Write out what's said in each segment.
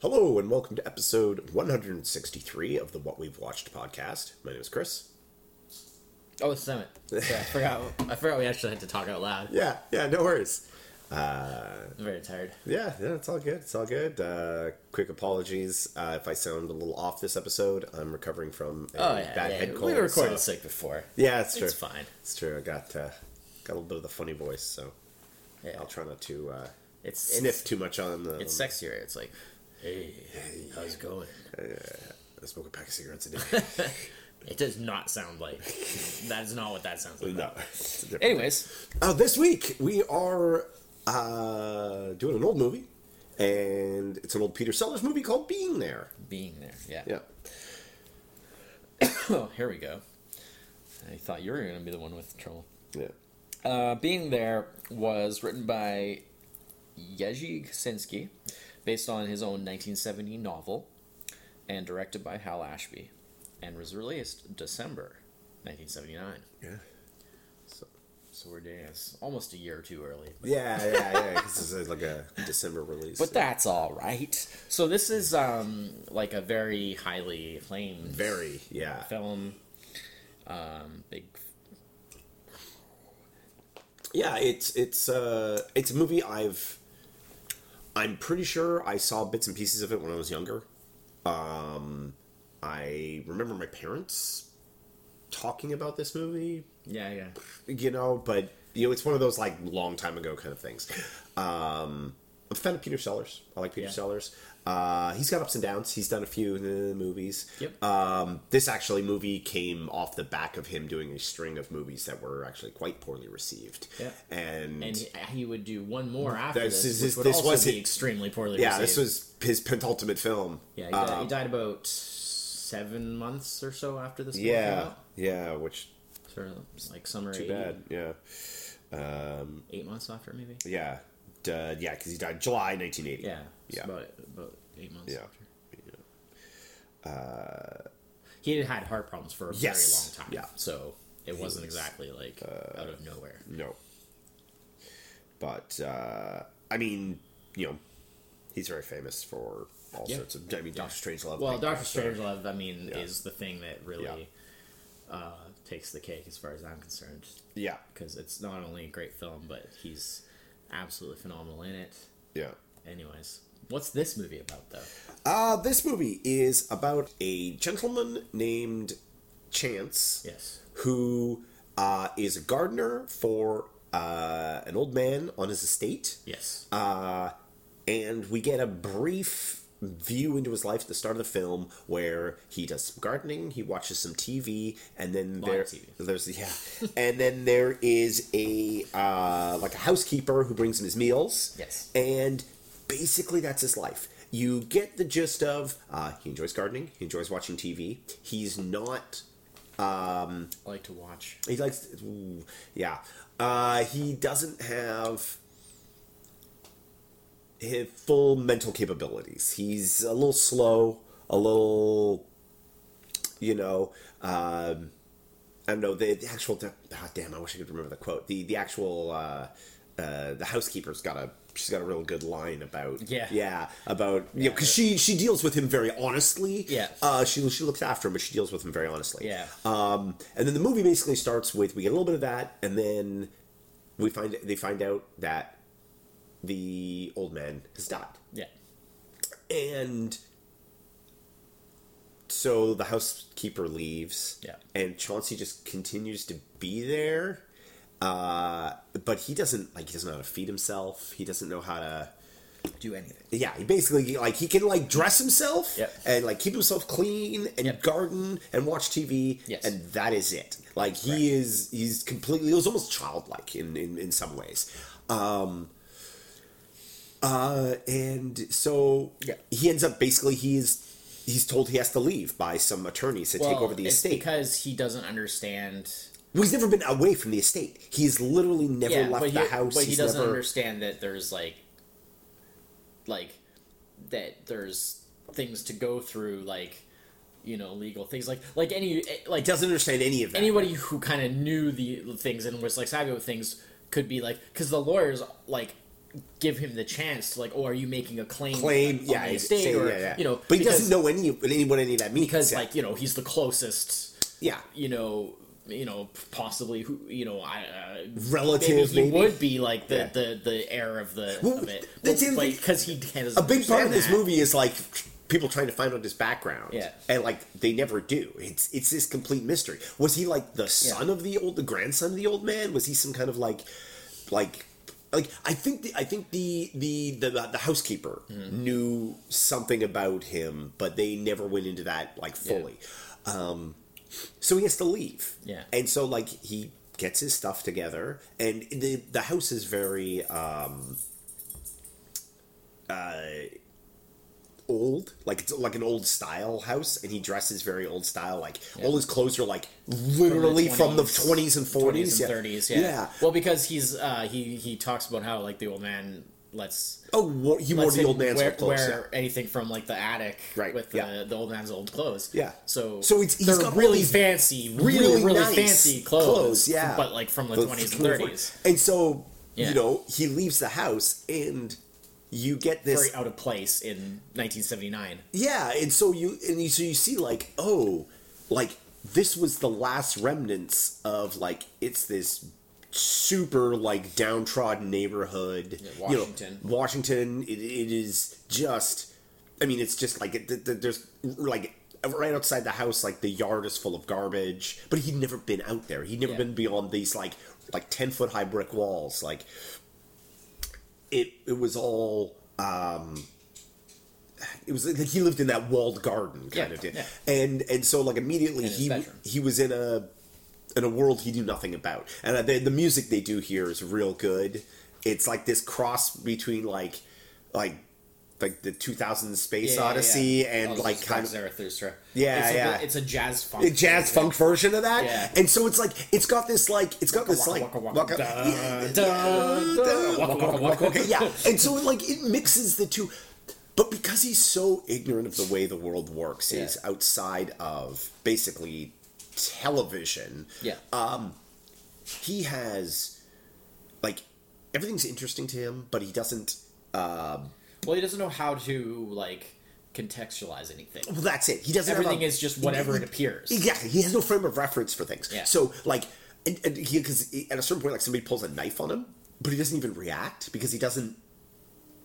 Hello, and welcome to episode 163 of the What We've Watched podcast. My name is Chris. Oh, it's Summit. Sorry, I forgot. I forgot we actually had to talk out loud. Yeah, yeah, no worries. I'm very tired. Yeah, yeah, it's all good. It's all good. Uh, quick apologies uh, if I sound a little off this episode. I'm recovering from a Oh yeah, bad yeah, head cold. we were recording so- sick before. Yeah, it's true. It's fine. It's true. I got uh, got a little bit of the funny voice, so Yeah, I'll try not to uh, it's sniff It's, too much on the. it's sexier. It's like, hey, how's it going? I smoke a pack of cigarettes a day. It does not sound like. that is not what that sounds like. no. it's a different thing. Anyways, Uh, this week we are uh, doing an old movie, and it's an old Peter Sellers movie called Being There. being there, yeah. Yeah, Oh, here we go. I thought you were going to be the one with trouble. yeah, Uh, Being There was written by Jerzy Kaczynski, based on his own 1970 novel, and directed by Hal Ashby, and was released December 1979. yeah. So, So we're doing this almost a year or two early. yeah, yeah, yeah. 'cause this is like a December release. But that's all right. So this is um, like a very highly acclaimed very, yeah, film. Um, big yeah. It's it's uh it's a movie I've. I'm pretty sure I saw bits and pieces of it when I was younger. Um, I remember my parents talking about this movie yeah yeah you know, but you know, it's one of those like long time ago kind of things. Um, I'm a fan of Peter Sellers. I like Peter Yeah. Sellers. Uh, he's got ups and downs. He's done a few uh, movies. Yep. Um, this actually movie came off the back of him doing a string of movies that were actually quite poorly received. Yeah. And, and he, he would do one more after This is- this. which would this also was be his- extremely poorly. yeah, this received. was his penultimate film. Yeah, he, died, he Um, died about seven months or so after this. film came yeah, out. yeah, which sort of it's like summer too eight, bad. Yeah, eight months after maybe. yeah, Duh, yeah, because he died July 1980. Yeah, it's Yeah. about about eight months Yeah. after. Uh, he had had heart problems for a Yes, very long time. yeah. so it wasn't was, uh, exactly like out of nowhere. No. But uh, I mean, you know, he's very famous for all Yeah. sorts of. I mean, Doctor Strange Love. Well, Doctor Strangelove, I mean, Yeah. is the thing that really uh, takes the cake as far as I'm concerned Yeah, because it's not only a great film, but he's absolutely phenomenal in it. yeah. Anyways, what's this movie about though? Uh, this movie is about a gentleman named Chance, Yes. who uh, is a gardener for uh, an old man on his estate. Yes. and we get a brief view into his life at the start of the film where he does some gardening he watches some tv and then there, TV. there's yeah and then there is a uh, like a housekeeper who brings him his meals Yes. and basically that's his life you get the gist of uh, he enjoys gardening he enjoys watching tv he's not I like to watch. he likes, ooh, yeah. Uh, he doesn't have his full mental capabilities. He's a little slow, a little, you know, um, I don't know the, the actual. de- ah, damn, I wish I could remember the quote. The the actual uh, uh, the housekeeper's got a she's got a real good line about Yeah. yeah about you know because she she deals with him very honestly Yeah. uh, she she looks after him but she deals with him very honestly Yeah. um, and then the movie basically starts with we get a little bit of that, and then we find they find out that the old man has died, Yeah. and so the housekeeper leaves, Yeah. and Chauncey just continues to be there, uh, but he doesn't like he doesn't know how to feed himself. He doesn't know how to Do anything. yeah, he basically like he can like dress himself Yep. and like keep himself clean and Yep. garden and watch TV Yes. and that is it. Like he Right. is he's completely he was almost childlike in in, in some ways. Um uh and so Yeah. he ends up basically he is he's told he has to leave by some attorneys to take over the it's estate. because he doesn't understand. Well, he's never been away from the estate. He's literally never Yeah, left but he, the house. but he he's doesn't never understand that there's like, like, that there's things to go through, like, you know, legal things, like, like any, like doesn't understand any of that. anybody who kind of knew the things and was like savvy with things could be like because the lawyers like give him the chance to like, oh, are you making a claim? Claim, on yeah, the it's- estate, say- or, yeah, yeah. you know, but he because- doesn't know any any- what any of that means. because yeah. like you know he's the closest yeah, you know you know possibly who you know I uh, Relative, maybe he maybe. would be like the, Yeah. the the heir of the Well, of it that's the other thing. because he has a big part of this movie is like people trying to find out his background. Yeah. and like they never do. It's it's this complete mystery. Was he like the son of the old, the grandson of the old man? Was he some kind of like, like. Like I think the, I think the the the, the housekeeper Mm-hmm. knew something about him, but they never went into that like Yeah. fully. Um, so he has to leave. Yeah. And so like he gets his stuff together, and the the house is very um, uh, old, like it's like an old style house, and he dresses very old style. Like all his clothes are like literally from the 20s, twenties and twenties forties, and thirties yeah. yeah. well because he's uh, he he talks about how like the old man lets Oh, wore, he wore lets the him old man's wear, old clothes. yeah. wear anything from like the attic Right, with yeah. the, the old man's old clothes Yeah. so So it's- he's they're got all really these fancy really really, really nice fancy clothes, clothes, yeah. but like from the twenties and thirties. And so, Yeah. you know, he leaves the house and you get this very out of place in 1979. Yeah, and so you and you, so you see like, oh, like this was the last remnants of like it's this super like downtrodden neighborhood, you know, Washington. Washington, it, it is just I mean, it's just like it, th- th- there's like right outside the house like the yard is full of garbage, but he'd never been out there. He'd never Yeah. been beyond these like like 10 foot high brick walls like it it was all um it was like he lived in that walled garden kind Yeah, of thing. yeah. And and so like immediately In his he bedroom. he was in a in a world he knew nothing about. And uh, the the music they do here is real good. It's like this cross between like like like the 2000 Space Odyssey and like kind of Zarathustra. Yeah, it's a, yeah. bit- It's a jazz funk. a jazz funk version of that. Yeah. And so it's like it's got this like it's got this waka, like waka, waka, waka- da, yeah, da, yeah, da, da, waka, waka, waka, waka, waka. waka, yeah. And so it like it mixes the two. But because he's so ignorant of the way the world works, he's Yeah. outside of basically television. Yeah. Uh, He has like everything's interesting to him, but he doesn't well, he doesn't know how to like contextualize anything. well that's it. He doesn't have a- Everything is just whatever it appears. Exactly. He has no frame of reference for things. Yeah. So like, and, and he because at a certain point, like somebody pulls a knife on him, but he doesn't even react because he doesn't.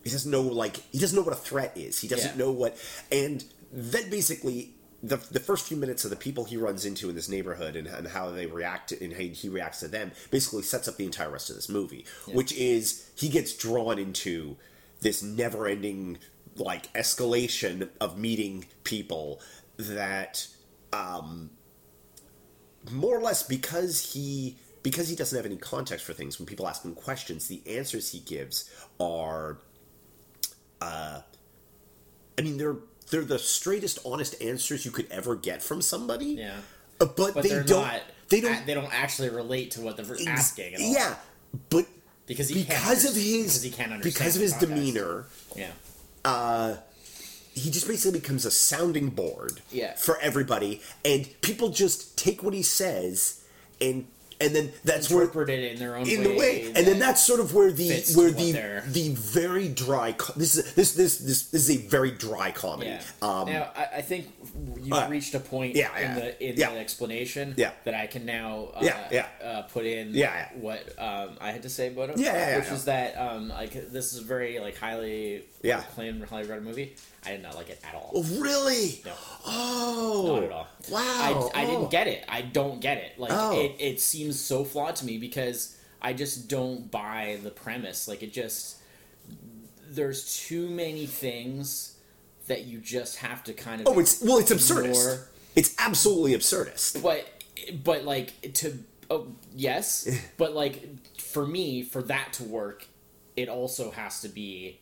He doesn't know like he doesn't know what a threat is. He doesn't Yeah. know what, and then basically. The, the first few minutes of the people he runs into in this neighborhood and, and how they react to, and how he reacts to them basically sets up the entire rest of this movie, which is he gets drawn into this never ending like escalation of meeting people that more or less because he because he doesn't have any context for things when people ask him questions the answers he gives are uh i mean they're they're the straightest honest answers you could ever get from somebody Yeah. Uh, but, But they they are don't not. they don't a- They don't actually relate to what they're ex- asking. At all. yeah but Because he can't because of under- his because he can't understand because of the his context. demeanor Yeah. he just basically becomes a sounding board Yeah. for everybody and people just take what he says and and then that's where Interpreted it in their own in way. the way, and then that's sort of where the fits where what the they're- the very dry. Co- this is this this this this is a very dry comedy. Yeah. Um, now I, I think you've uh, reached a point yeah, yeah, in the in yeah. the explanation Yeah. that I can now uh, Yeah, yeah. Uh, put in Yeah, yeah. what um, I had to say about it. Yeah, yeah, yeah, which yeah. is that um, like this is a very like highly Yeah. acclaimed, highly regarded movie. I did not like it at all. oh, really? No. Oh, Not at all. Wow. I, I oh. didn't get it. I don't get it. Like Oh. it, it seems so flawed to me because I just don't buy the premise. Like it just there's too many things that you just have to kind of Oh, it's well, it's absurdist. More- It's absolutely absurdist. but but like to oh, yes but like for me for that to work it also has to be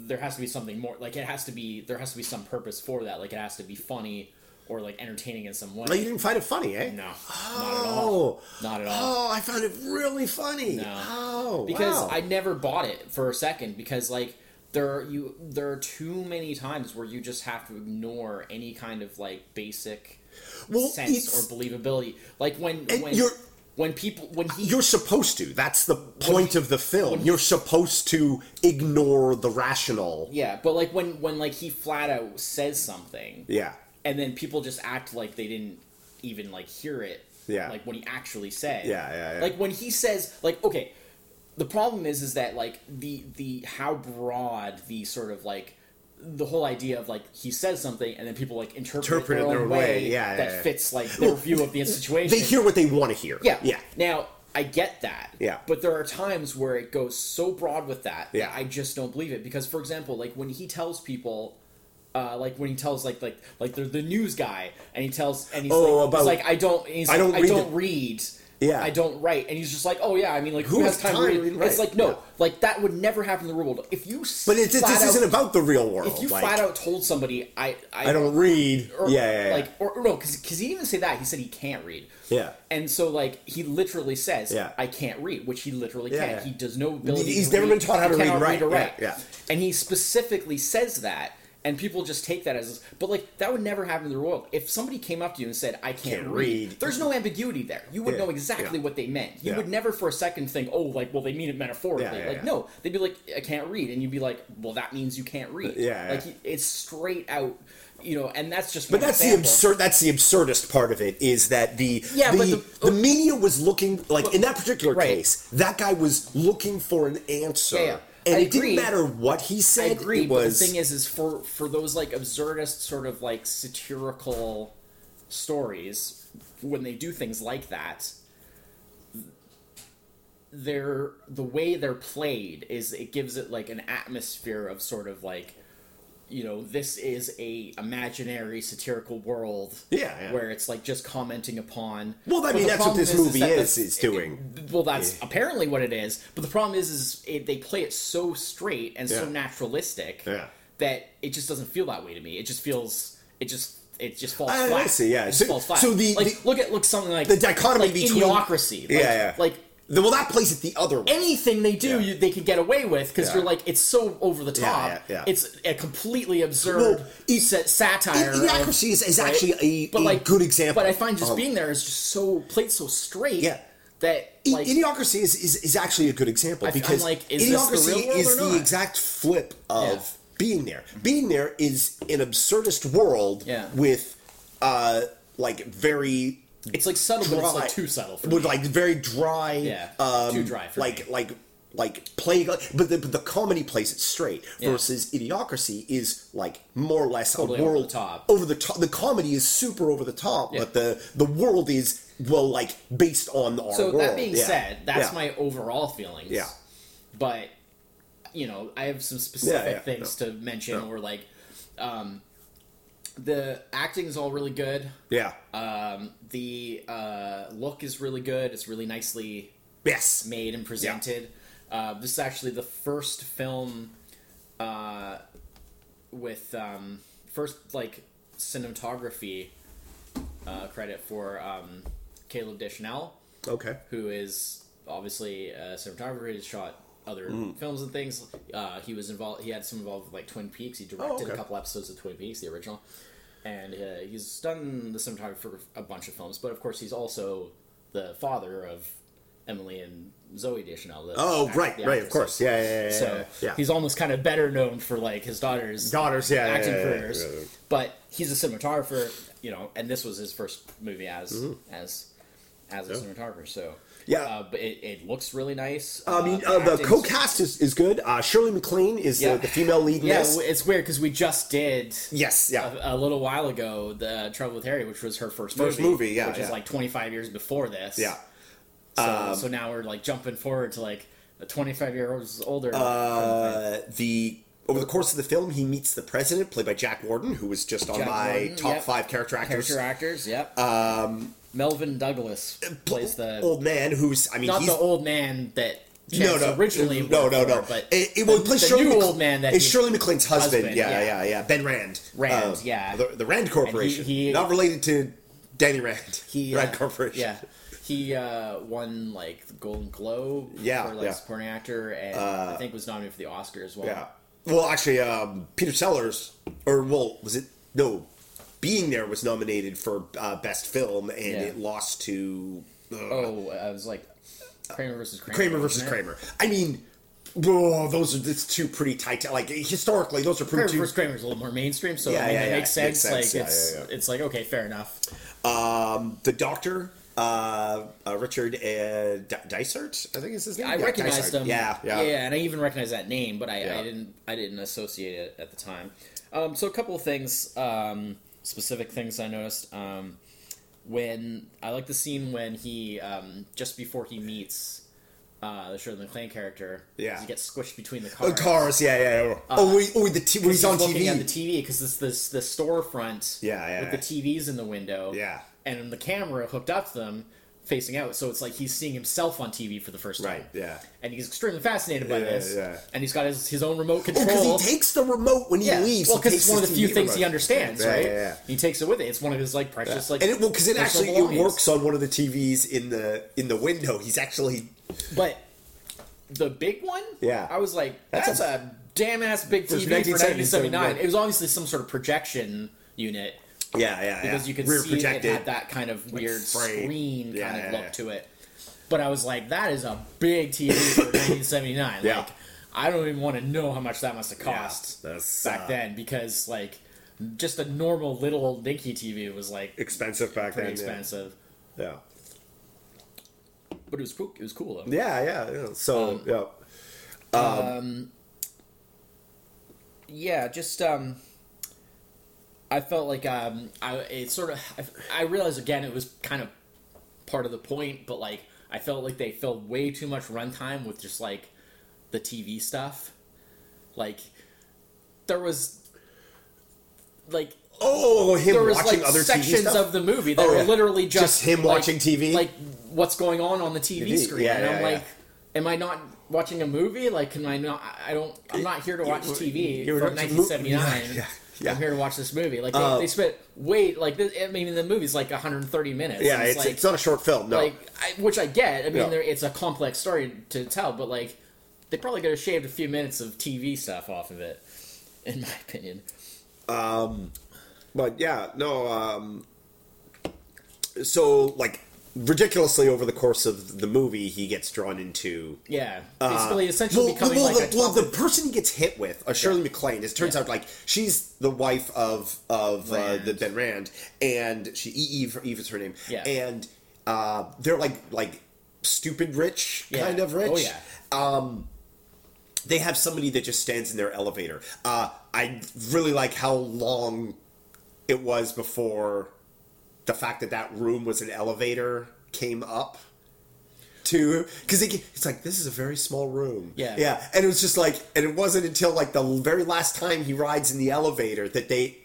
there has to be something more like it has to be there has to be some purpose for that like it has to be funny or like entertaining in some way Like, you didn't find it funny, eh? no not at all Oh, not at all oh, I found it really funny. No. Oh, because wow. I never bought it for a second because like there are you there are too many times where you just have to ignore any kind of like basic well, sense it's- or believability like when and when you're when people when he You're supposed to. That's the point of the film. You're supposed to ignore the rational. yeah, but like when when like he flat out says something Yeah. and then people just act like they didn't even like hear it. Yeah. Like what he actually said. Yeah, yeah, yeah. Like when he says like okay, the problem is is that like the the how broad the sort of like the whole idea of like he says something and then people like interpret, Interpret it their, own way, yeah, yeah, that yeah. fits like their view of the situation. They hear what they want to hear. Yeah. Yeah. Now I get that. Yeah. But there are times where it goes so broad with that Yeah. that I just don't believe it because, for example, like when he tells people. Uh, like when he tells like like like the the news guy and he tells and he's Oh, like, about- he's like I don't and he's I like, don't I read don't it." read Yeah. I don't write and he's just like oh yeah I mean like who, Who has has time, time to to read read- it's right, like no yeah. like that would never happen in the real world if you But it, it, this isn't about the real world. if you like, flat out told somebody I I, I don't read. or, yeah, yeah, yeah. like or or no because he didn't even say that he said he can't read Yeah. and so like he literally says Yeah. i can't read which he literally Yeah, can't yeah. he does no ability He's to never read. been taught how He to read cannot and or write. write Yeah, yeah. and he specifically says that and people just take that as but like that would never happen in the world if somebody came up to you and said i can't, Can't read, read. there's no ambiguity there you would Yeah, know exactly yeah. what they meant you Yeah. would never for a second think oh like well they mean it metaphorically Yeah, yeah, like yeah. no they'd be like i can't read and you'd be like well that means you can't read Yeah, yeah. like he- it's straight out you know and that's just But that's the absurd. That's the absurdest part of it is that the Yeah, the, but the- the media was looking like in that particular Right. case that guy was looking for an answer, Yeah, yeah. and I it agree. didn't matter what he I said. agree. it but was the thing is, is for for those like absurdist sort of like satirical stories, when they do things like that, they're the way they're played is it gives it like an atmosphere of sort of like, you know, this is a imaginary satirical world. Yeah, yeah. where it's like just commenting upon. well, I But mean the that's what problem this movie that is the- is doing. well, that's apparently what it is. But the problem is, is it, they play it so straight and so Yeah. naturalistic Yeah. that it just doesn't feel that way to me. It just feels it just it just falls I- I flat. see, yeah. It just So- falls flat. so the- like the- look at look something like The dichotomy like between- idiocracy. Like, Yeah, yeah. Like The- well, that plays it the other way. anything they do, Yeah. you, they can get away with because Yeah. you're like it's so over the top. yeah, yeah. It's a completely absurd Well, well, satire. of- Idiocracy is, is actually a, but a like good example. But I find just of- being there is just so played so straight. Yeah. That I- like, idiocracy is, is, is actually a good example I'm because like, is this the idiocracy real world is or the not? exact flip of Yeah. being there. Being there is an absurdist world Yeah. with uh like very It's like subtle, but it's dry- like too subtle for me. with like very dry Yeah, um, too dry for like me. like like playing but the, but the comedy plays it straight Yeah. versus idiocracy is like more or less Totally a over world the top. over the top the comedy is super over the top Yeah. but the the world is well like based on our so world that being Yeah. said, that's Yeah. my overall feelings. Yeah. But you know, I have some specific Yeah, yeah, things to mention. Or like, um, the acting is all really good. yeah Um, the uh, look is really good. It's really nicely Yes. made and presented. Uh, this is actually the first film uh, with um, first like cinematography uh, credit for um, Caleb Deschanel, Okay. who is obviously a cinematographer. He's shot other Hmm. films and things. Uh, he was involved. He had some involved with like Twin Peaks. He directed a Oh, okay. couple episodes of Twin Peaks, the original. And uh, he's done the cinematography for a bunch of films, but of course he's also the father of Emily and Zoe Deschanel. the Oh, act- right, the right, of actresses. course. Yeah, yeah, yeah. So yeah. he's almost kind of better known for like his daughter's daughters, yeah, acting yeah, yeah, careers. yeah, yeah. But he's a cinematographer, you know, and this was his first movie as as as a cinematographer. So Mm-hmm. Yeah. uh, but it, it looks really nice. I mean, the uh, the acting's- co-cast is, is good. Uh, Shirley MacLaine is Yeah. the, the female lead in Yeah, this. w- it's weird because we just did yes, yeah. a, a little while ago the uh, Trouble with Harry, which was her first movie, First movie, yeah, which is yeah. like twenty five years before this. yeah. um, So, so now we're like jumping forward to like a twenty five year olds older. Uh, the over the course of the film, he meets the president, played by Jack Warden, who was just on Jack my Warden, top yep. five character actors. character actors. Yep. Um, Melvin Douglas plays the old man, who's I mean, not he's the old man that no, Chance no, originally no, worked no, no. for, but it, it, well, it the- plays the Shirley new Mac- old man that it's he- Shirley MacLaine's husband. Husband, yeah, yeah. yeah, yeah, Ben Rand. Um, Rand, yeah. the, the Rand Corporation. he- Not related to Danny Rand. he Rand uh, Corporation. Yeah, he uh, won like the Golden Globe Yeah, for like yeah. Uh, supporting actor, and I think was nominated for the Oscar as well. Yeah. Well, actually, um, Peter Sellers, or well, was it no? Being there was nominated for uh, best film, and Yeah. it lost to Oh, I was like Kramer versus Kramer. uh, Kramer wasn't versus it? Kramer. I mean, whoa, those are that's two pretty tight. Like historically, those are Kramer pretty. Two, versus Kramer is a little more mainstream, so Yeah, I mean, yeah, that yeah. makes It sense. makes sense. Like Yeah, it's yeah, yeah. it's like okay, fair enough. um, the Doctor, uh, uh, Richard uh, D- Dysart, I think is his name. I Yeah, recognized Dysart. him. Yeah, yeah, and I even recognized that name, but I, Yeah. I didn't I didn't associate it at the time. Um, so a couple of things, um, specific things I noticed. Um, when I like the scene when he um, just before he meets uh, the Shirley MacLaine character, Yeah. he gets squished between the Oh, cars. Cars, yeah, yeah. yeah. oh, wait, oh, wait, the t- when he's on Uh, looking TV. at the TV because this this the storefront. Yeah, yeah, with yeah. the TVs in the window. Yeah. and the camera hooked up to them. Facing out, so it's like he's seeing himself on TV for the first time right, yeah. and he's extremely fascinated by Yeah, this. yeah. And he's got his, his own remote Oh, control. because he takes the remote when he yeah. leaves. Well, he because takes it's one of his the few TV things he remote. understands, Yeah, right? yeah, yeah. He takes it with it. It's one of his like precious like. and it well because it personal actually it belongings. works on one of the TVs in the in the window. He's actually But the big one, Yeah. I was like, That's that's, a- a, damn ass big It was TV for 1979. 1979. It was obviously some sort of projection unit yeah yeah because you could rear see projected it had that kind of weird frame. screen Yeah, kind of yeah, look yeah. to it. But I was like, that is a big TV for 1979. Yeah. Like, I don't even want to know how much that must have cost. that's, back uh, then because like just a normal little dinky TV was like pretty expensive back then yeah. expensive, yeah but it was cool. It was cool though. yeah yeah, yeah. so Um, yeah Yeah, just um, I felt like um, I it sort of I, I realized again it was kind of part of the point, but like I felt like they filled way too much runtime with just like the TV stuff. Like there was like oh him there was watching like other TV sections stuff of the movie that Oh, were yeah. literally just, Just him like- watching TV? like what's going on on the TV TV, screen. yeah, and I'm yeah, like, yeah. am I not watching a movie? Like, can I not? I don't. I'm not here to watch you- TV you were from watching a movie. 1979. Yeah, yeah. Uh, I'm here to watch this movie. Like they, they spent wait like this, I mean the movie's like 130 minutes. yeah and it's, like, it's not a short film no like I, which I get. I mean, Yeah. there, it's a complex story to tell, but like they probably could have shaved a few minutes of TV stuff off of it, in my opinion. but yeah no um so like ridiculously over the course of the movie he gets drawn into Yeah, basically, essentially Uh, well, becoming well, like the, a well, the person he gets hit with, uh, Shirley MacLaine, it turns Yeah. out like she's the wife of of uh, Rand. the Ben Rand, and she Eve Eve is her name, Yeah. and uh, they're like like stupid rich Yeah. kind of rich. Oh, yeah. They have somebody that just stands in their elevator. Uh, I really like how long it was before the fact that that room was an elevator came up to because it's like this is a very small room Yeah. yeah and it was just like and it wasn't until like the very last time he rides in the elevator that they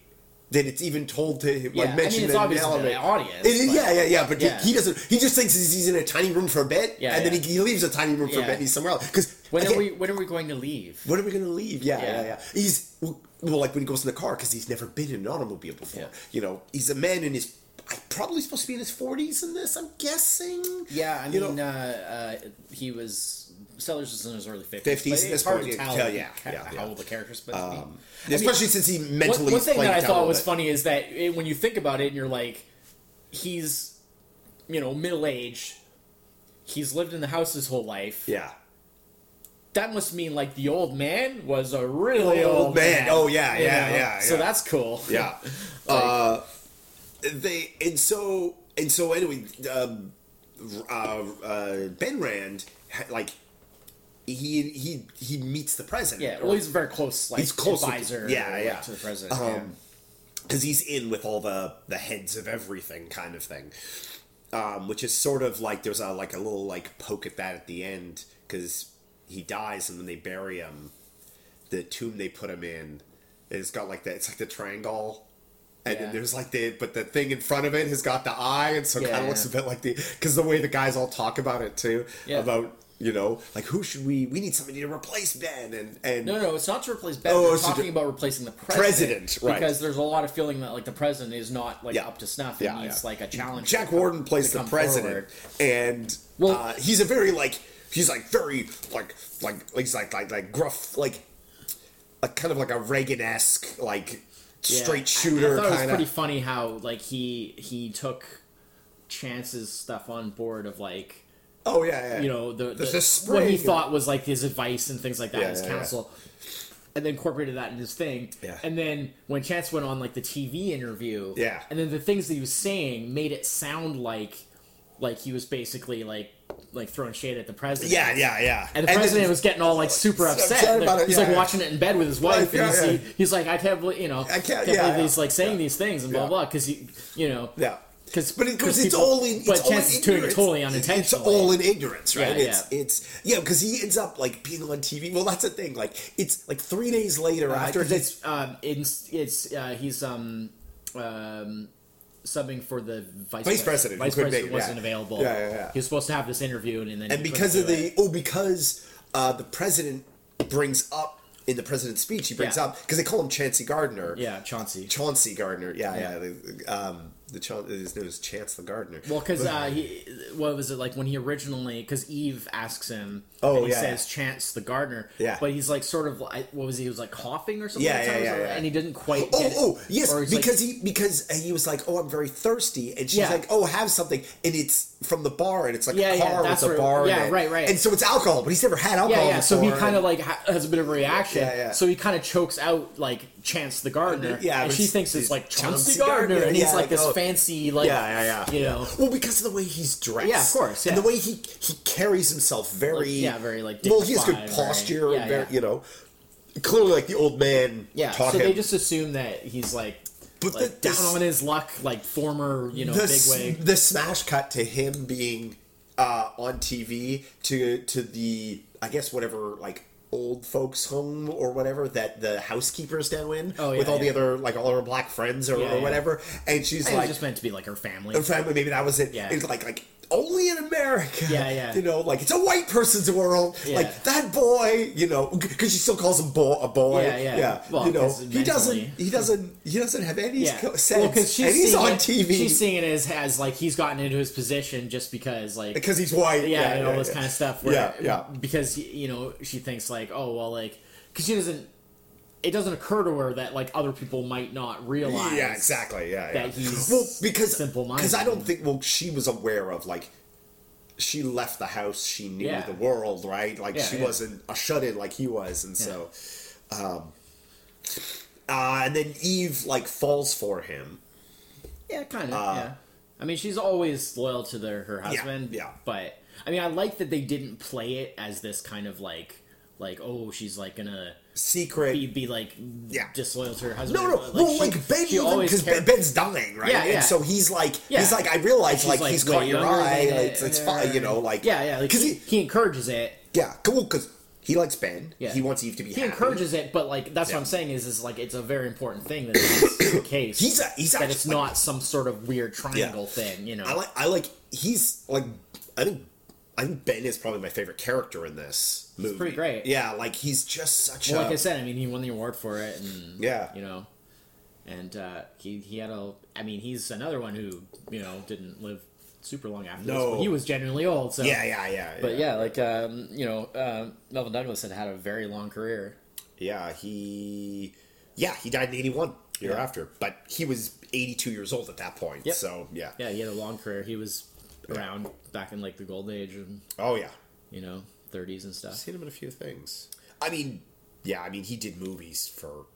that it's even told to him Yeah, I like mean, mentioned it's in obvious the to the elevator audience, It- but- yeah yeah yeah but Yeah. He, he doesn't he just thinks he's in a tiny room for a bit Yeah, and then yeah. he, he leaves a tiny room for a Yeah. bit and he's somewhere else because When are we? When are we going to leave? when are we gonna leave? Yeah, yeah, Yeah. yeah. He's well, like when he goes in the car because he's never been in an automobile before. Yeah. You know, he's a man in his I- probably supposed to be in his forties in this. I'm guessing. Yeah, I You know- mean, uh, uh, he was Sellers was in his early fifties. 50s at this hard point, to yeah, tell, yeah, like, yeah, ca- yeah, how yeah. old the character's supposed to be. I mean, especially since he mentally. one, one thing played that I it down a thought little was bit. funny is that it, when you think about it, and you're like, he's, you know, middle aged. He's lived in the house his whole life. Yeah. That must mean like the old man was a really Old old, man. Oh, yeah, you yeah, know? yeah, So yeah. that's cool. Yeah. uh, they and so and so anyway, um, uh, uh, Ben Rand ha- like he he he meets the president. yeah. or- Well, he's a very close. Like He's close with- advisor. yeah, like, yeah. To the president. Um, yeah. because he's in with all the the heads of everything kind of thing um, which is sort of like there's a like a little like poke at that at the end because he dies and when they bury him the tomb they put him in it's got like that it's like the triangle and then Yeah. there's like the but the thing in front of it has got the eye and so it kind Yeah, of looks a yeah. bit like the because the way the guys all talk about it too Yeah. about you know like who should we we need somebody to replace ben and and No, no, it's not to replace Ben. Oh, We're it's to talking do- about replacing the president, President, right. Because there's a lot of feeling that like the president is not like Yeah. up to snuff. Yeah, and needs yeah. like a challenge. Jack to come- Warden plays the to come president, forward. and Well- uh, he's a very like he's like very like like he's like like like gruff like a kind of like a Reagan esque like Yeah. straight I- shooter I, thought it was kind pretty of funny how like he he took Chance's stuff on board of like Oh yeah, yeah. you know the, There's the- a what he spring. thought was like his advice and things like that Yeah, his yeah, yeah. counsel and then incorporated that in his thing Yeah. and then when chance went on like the tv interview Yeah. and then the things that he was saying made it sound like like he was basically like like throwing shade at the president yeah, yeah, yeah. and the president was getting all like super upset. upset Like, about it, he's yeah, like yeah. watching it in bed with his wife, yeah, and he's, yeah. he- he's like, "I can't believe you know, can't- believe yeah, yeah. he's like saying these things and blah Yeah. blah." Because he, you know, Yeah. because But because it's all in, it's but all in chances doing it ignorance. totally It's unintentionally. all in ignorance, right? Yeah, it's yeah. it's yeah, because he ends up like being on TV. Well, that's the thing. Like it's like three days later after after this. it's um, it's, it's uh, he's um um subbing for the vice, Vice president, Vice who couldn't president make it, wasn't yeah. available. Yeah, yeah, yeah. He was supposed to have this interview, and, then he and because of couldn't do the it. oh because uh, the president brings up in the president's speech he brings Yeah. up because they call him Chancey Gardner yeah, Chauncey. Chauncey Gardner yeah Yeah. yeah, the, um, the Chaun- his name is Chance the Gardner Well, because uh, he, what was it like when he originally? Because Eve asks him, Oh, and he yeah. says Chance the gardener, Yeah. but he's like sort of, like, what was he? He was like coughing or something, Yeah, at yeah, times, yeah, or- yeah. and he didn't quite. Oh, get it. oh, yes, Or he's because like, he because he was like, "Oh, I'm very thirsty," and she's Yeah. like, "Oh, have something," and it's from the bar, and it's like Yeah, a yeah, bar that's with a where- bar, in yeah, it. right, right. and so it's alcohol, but he's never had alcohol. yeah, yeah. So he before, kind of and- like ha- has a bit of a reaction. Yeah, yeah. So he kind of chokes out like Chance the gardener, Yeah, and but she it's- thinks it's like Chauncey Chauncey Gardner, Gardner, and he's yeah, like like, this oh. fancy, like Yeah, yeah, yeah. you know, well, because of the way he's dressed, Yeah, of course, and yeah. the way he he carries himself, very yeah, very, like, well, he has good dignified, very- posture, yeah, and very, yeah. you know, clearly like the old man. yeah. talking. So they just assume that he's like. But like, the- down on his luck, like former, you know, the, big s- wig. the smash cut to him being uh, on TV to to the I guess whatever like old folks home or whatever that the housekeepers now in Oh, yeah, with all the yeah. other like all her black friends or, Yeah, or yeah. whatever and she's It was like just meant to be like her family. her family maybe that was it Yeah. it's like like only in America Yeah, yeah. you know like it's a white person's world Yeah. like that boy you know because she still calls him bo- a boy Yeah, yeah. Well, you know 'cause he doesn't mentally- he doesn't he doesn't have any Yeah, co- Well, sense 'cause she's and he's seeing on it- TV She's seeing it as as like he's gotten into his position just because like because he's white. yeah, and all this kind of stuff. Where, Yeah, yeah. Because you know she thinks like oh well like because she doesn't it doesn't occur to her that like other people might not realize Yeah, exactly. Yeah, yeah. that he's well because simple-minded. because I don't think well she was aware of like she left the house. She knew Yeah. the world, right? Like Yeah, she yeah. wasn't a shut in like he was, and so. Um, uh, and then Eve like falls for him. yeah kind of yeah. I mean she's always loyal to their her husband uh, yeah. but I mean I like that they didn't play it as this kind of like like oh she's like gonna Secret. be, be like Yeah. disloyal to her husband. no, no, Like, well, she- like Ben, she always because cared- Ben's dying, right? Yeah, yeah. And so he's like, Yeah. he's like, I realize, She's, like, like, he's way caught your younger eye, than- like, it's, it's fine, you know, like, yeah, yeah, like because he, he, he encourages it. yeah, cool, because he likes Ben, Yeah. he wants Eve to be He happy. encourages it, but like that's what Yeah. I'm saying is is like it's a very important thing that that's the case. He's a, he's that actually, it's not some sort of weird triangle thing, you know. I like I like he's like I think I think Ben is probably my favorite character in this movie. pretty great. Yeah, like he's just such well, a like I said, I mean, he won the award for it, and yeah. you know, and uh, he he had a. I mean, he's another one who you know didn't live super long after this, No. but he was genuinely old. So yeah, yeah, yeah. But yeah, like um, you know, uh, Melvin Douglas had had a very long career. yeah, he yeah he died in eighty one year Yeah. after, but he was eighty two years old at that point. Yep. So yeah. Yeah, he had a long career. He was around back in like the gold age and Oh yeah, you know 30s and I've stuff. seen him in a few things. I mean, yeah, I mean he did movies for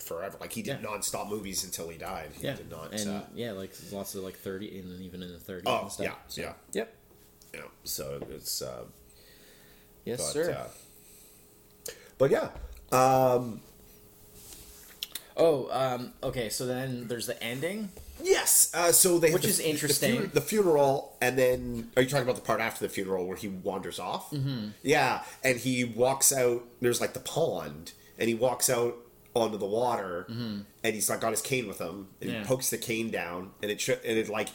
forever. Like he did Yeah. nonstop movies until he died. He Yeah, did not. and uh, yeah, like lots of like 30 and then even in the 30s. oh and stuff. yeah, So- yeah, Yep. yeah. So it's. Uh, Yes, But, sir. uh, but yeah, oh, um, okay. So then there's the ending. yes. Uh, so they have Which the- is the fu- interesting. The, funeral, and then are you talking about the part after the funeral where he wanders off? Mm-hmm. Yeah, and he walks out. There's like the pond, and he walks out onto the water, and he's like got his cane with him, and Yeah. he pokes the cane down, and it sho- and it like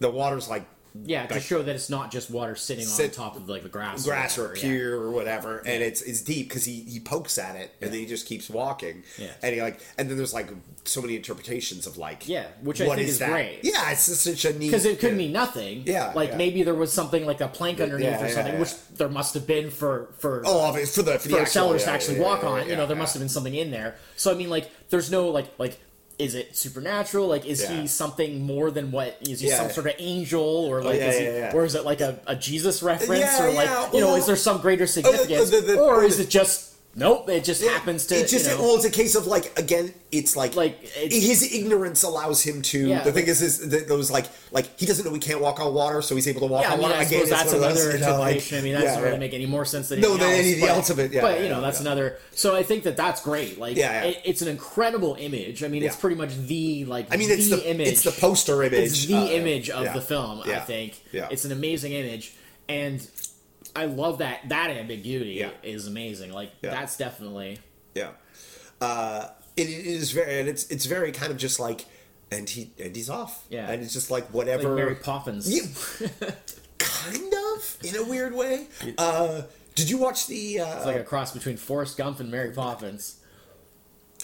the water's like Yeah, to Like- show that it's not just water sitting on Sit- top of like the grass, grass or a whatever, yeah. pier or whatever, and it's it's deep because he he pokes at it and then he just keeps walking, Yeah. and he like and then there's like so many interpretations of like Yeah, which I think is great. yeah it's just such a neat Because it could mean nothing. Yeah, Like yeah. maybe there was something like a plank underneath yeah, or yeah, something, yeah. which there must have been for for oh obvious for the for, the for actual- sellers yeah, to actually yeah, walk yeah, on. yeah, you know, there yeah. must have been something in there. So I mean, like, there's no like like is it supernatural? Like, is Yeah. he something more than what? Is he Yeah. Oh, some sort of angel, or like, yeah, is he, yeah, yeah. or is it like a, a Jesus reference, Yeah, or like, yeah, you know, or- is there some greater significance, the- the- or or is the- it just nope? It just happens to It just you know, well, it's a case of like again, it's like Like, it's- his ignorance allows him to. Yeah, the thing like- is, is that those like like he doesn't know he can't walk on water, so he's able to walk Yeah, I on mean, water. I Again, suppose it's that's one of those, another you know, like, interpretation. I mean, that yeah, doesn't really right. make any more sense than No, anything than else, anything but- else of it, yeah, but you yeah, know, that's yeah. another. So I think that that's great. Like, Yeah, yeah. It, it's an incredible image. I mean, it's Yeah. pretty much the like. I mean, it's the, the, image. it's the poster image. It's the uh, image of yeah, the film. I yeah, think. yeah. It's an amazing image, and I love that. That ambiguity Yeah. is amazing. Like Yeah. that's definitely. Yeah, uh, it is very and it's it's very kind of just like and he and he's off. Yeah. and it's just like Like whatever. Mary Poppins. Yeah. kind of in a weird way. Uh, did you watch the? Uh, It's like a cross between Forrest Gump and Mary Poppins.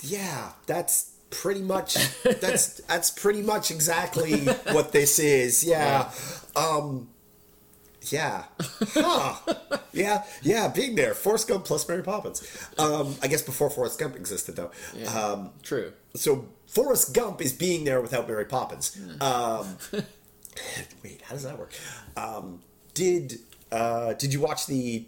yeah, that's pretty much that's that's pretty much exactly what this is. Yeah. Um yeah. Huh. yeah, yeah, being there. Forrest Gump plus Mary Poppins. Um I guess before Forrest Gump existed though. Um True. so Forrest Gump is being there without Mary Poppins. Um wait, how does that work? Um did uh did you watch the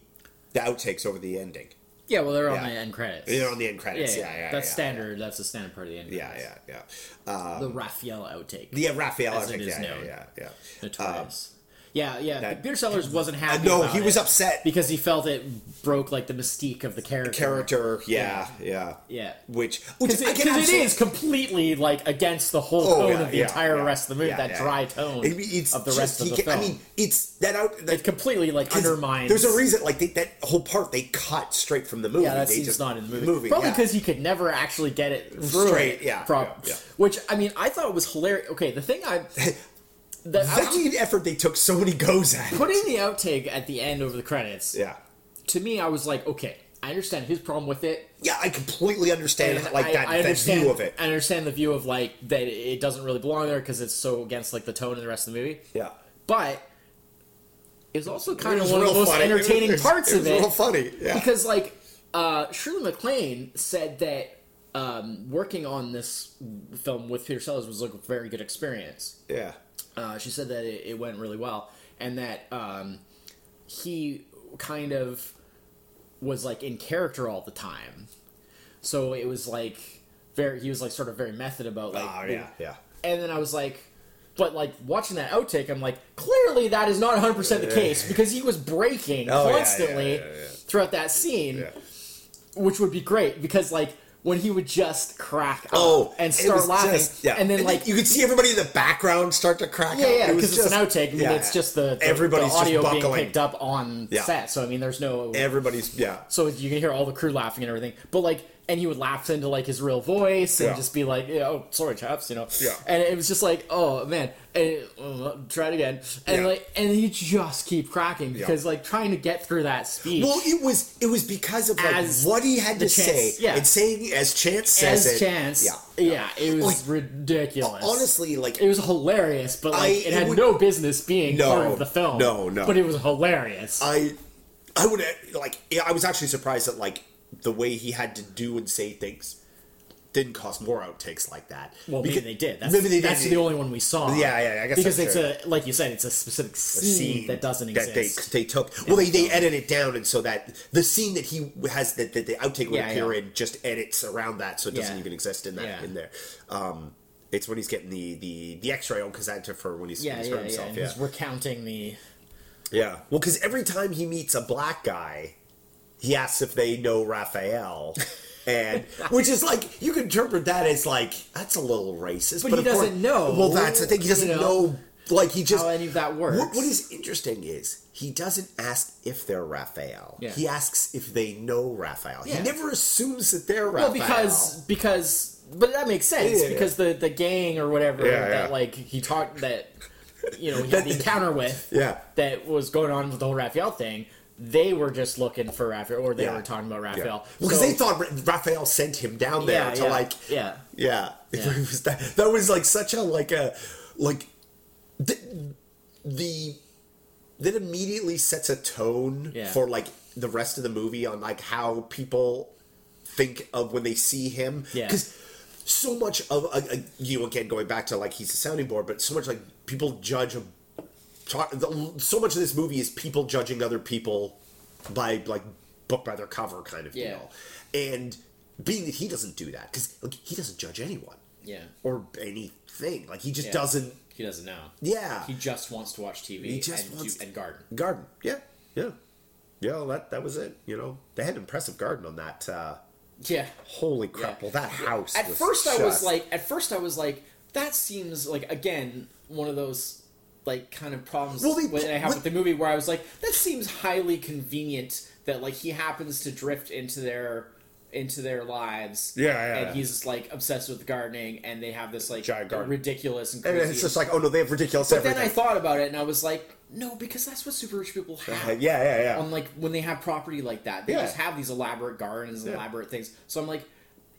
the outtakes over the ending? Yeah. Well, they're on Yeah. the end credits. They're on the end Yeah, credits. yeah, Yeah, yeah. that's yeah, standard. That's the standard part of the end. Yeah, credits. yeah, yeah. Uh, The Raphael outtake. yeah, Raphael. I As it think. is Yeah, yeah, known. yeah, yeah. Notorious. yeah, yeah. uh, that- Peter Sellers wasn't Uh, happy. no, about he was it upset. because he felt it broke like the mystique of the character. Character. Yeah, yeah. Yeah. Which, which Because I it, can 'cause it absolutely- is completely like against the whole Oh, tone yeah, of the yeah, entire yeah, rest of the movie. yeah, that yeah, dry yeah. tone I mean, it's of the just- rest of he the can- film. I mean, it's that out. That, it completely like 'cause undermines. There's a reason, like they, that whole part they cut straight from the movie. Yeah, that they scene's just, not in the movie. movie Probably yeah. because he could never actually get it through Straight, it, yeah, prob- yeah, yeah. Which I mean, I thought it was hilarious. Okay, the thing I the that out- effort they took so many goes at. it. putting the outtake at the end over the credits. Yeah, To me, I was like, okay, I understand his problem with it. yeah. I completely understand And like I- that, I that understand, view of it. I understand the view of like that it doesn't really belong there because it's so against like the tone of the rest of the movie. Yeah. But it was also kind It of was one of the real most funny. It was- entertaining it was- parts it of was it Real funny. Yeah. because like uh, Shirley MacLaine said that um, working on this film with Peter Sellers was like a very good experience. yeah. Uh, she said that it, it went really well and that um, he kind of was like in character all the time. So it was like very he was like sort of very method about like Oh, the- yeah. Yeah. and then I was like, but like watching that outtake, I'm like, clearly that is not 100 percent the case because he was breaking Oh, yeah, yeah, constantly yeah, yeah. throughout that scene, Yeah. which would be great because like when he would just crack up Oh, and it start was laughing, just- yeah. and then like. you could see everybody in the background start to crack. yeah, up. yeah, It was because it's an just- outtake. I mean, yeah. it's just the, the, Everybody's the just audio being buckling. picked up on Yeah. set. So I mean, there's no everybody's yeah. so you can hear all the crew laughing and everything. But like, and he would laugh into like his real voice and Yeah. just be like, you know, "Oh, sorry, chaps," you know. Yeah. And it was just like, "Oh man," and uh, try it again, and Yeah. like, and you just keep cracking because like trying to get through that speech. Well, it was it was because of like As what he had to the Chance, say yeah. and saying as Chance says as it. chance, Yeah. yeah, it was Like, ridiculous. Honestly, like It was hilarious, but like I- it it had would- no business being No, part of the film. no, no. But it was hilarious. I I would like yeah, I was actually surprised that like the way he had to do and say things didn't cause more outtakes like that. Well, Because- maybe they did. That's, maybe they that's did. the only one we saw. Yeah, yeah, I guess because that's it's a like you said, it's a specific scene, scene that doesn't that exist. they they took. Well, they, they edit it down, and so that the scene that he has that, that the outtake would Yeah, appear yeah. in just edits around that, so it doesn't Yeah. even exist in that Yeah. in there. Um, it's when he's getting the the the X-ray on Kazanta for when he's, yeah, he's yeah, hurt himself. yeah. and Yeah, He's recounting the yeah. Well, because every time he meets a black guy, he asks if they know Raphael. And which is like you can interpret that as like that's a little racist, But he of course- doesn't know, Well, that's the thing; he doesn't you know, know. Like he just how oh, any of that works. What, what is interesting is he doesn't ask if they're Raphael. Yeah. He asks if they know Raphael. Yeah. He never assumes that they're well Raphael. because because but that makes sense Yeah, yeah. because the the gang or whatever Yeah, that yeah. like he talked that you know he had the encounter with yeah, that was going on with the whole Raphael thing. They were just looking for Raphael, or they Yeah. were talking about yeah. Raphael. Well, because So- they thought Ra- Raphael sent him down there yeah, to yeah, like yeah, yeah. Yeah. It was that that was like such a like a like the the that immediately sets a tone Yeah. for like the rest of the movie on like how people think of when they see him Yeah. because so much of uh, uh, you know, again going back to like he's a sounding board, but so much like people judge a, talk, the, so much of this movie is people judging other people by like book by their cover kind of Yeah. deal, and being that he doesn't do that because like he doesn't judge anyone Yeah. or anything, like he just Yeah. doesn't. He doesn't know. Yeah, He just wants to watch TV He just and, wants- do, and garden. garden. Yeah, yeah, yeah. well, That that was it. You know, they had an impressive garden on that. Uh, Yeah. holy crap! Yeah. Well, that house. At was first, I was just- like, at first, I was like, that seems like again one of those like kind of problems Well, they- when I have when- with the movie where I was like, that seems highly convenient that like he happens to drift into their into their lives. Yeah, yeah, And yeah. he's like obsessed with gardening, and they have this like Giant garden. ridiculous and and crazy. it's just like, oh no, they have ridiculous but everything. then I thought about it, and I was like, no, because that's what super rich people have. Uh, yeah, yeah, yeah. on like when they have property like that. They Yeah. just have these elaborate gardens and Yeah. elaborate things. So I'm like,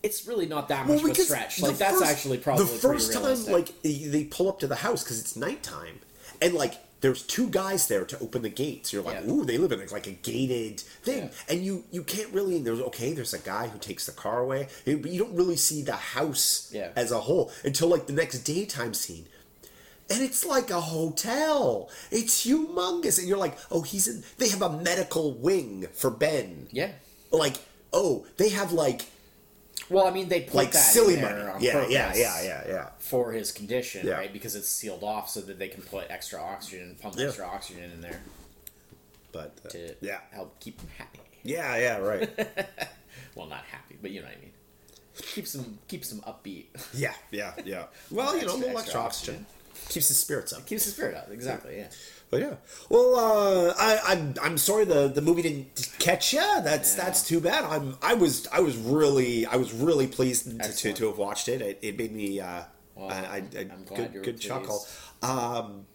it's really not that much of a stretch. Like the that's first- actually probably the pretty first time realistic. like they they pull up to the house because it's nighttime, and like there's two guys there to open the gates. You're like, Yeah. ooh, they live in like a gated thing, Yeah. and you you can't really. And there's okay, there's a guy who takes the car away, and- but you don't really see the house Yeah. as a whole until like the next daytime scene. And it's like a hotel. It's humongous. And you're like, oh, he's in. They have a medical wing for Ben. yeah. Like, oh, they have like Well, I mean, they put like that silly in there money. on Yeah, purpose yeah, yeah, yeah, yeah. for his condition, Yeah. right? Because it's sealed off so that they can put extra oxygen, pump Yeah. extra oxygen in there But uh, to yeah, help keep him happy. yeah, yeah, right. Well, not happy, but you know what I mean. Keeps him keeps him upbeat. yeah, yeah, yeah. Well, you know, a Extra- little extra extra oxygen keeps his spirits up. keeps his spirit up. Exactly. Yeah. But yeah, well, uh, I, I'm I'm sorry the, the movie didn't catch you. That's Yeah. that's too bad. I'm I was I was really I was really pleased to, Excellent. to have watched it. It, it made me uh, Well, I, I, I- I'm glad you good were good chuckle. pleased. Um,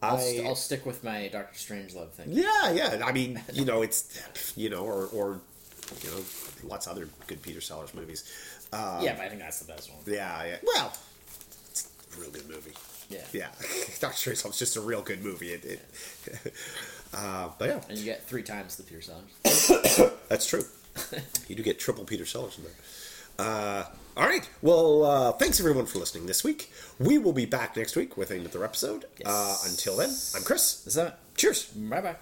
I'll, I- st- I'll stick with my Doctor Strange love thing. Yeah, yeah. I mean, you know, it's you know, or or you know, lots of other good Peter Sellers movies. Uh, yeah, but I think that's the best one. yeah, yeah. Well, it's a real good movie. Yeah. Yeah, Doctor Strange is just a real good movie. It, it uh, but yeah, And you get three times the Peter Sellers. that's true. you do get triple Peter Sellers in there. Uh, all right. Well, uh, thanks everyone for listening this week. We will be back next week with another episode. Uh, Yes. until then, I'm Chris. Is that Cheers. it? Bye bye.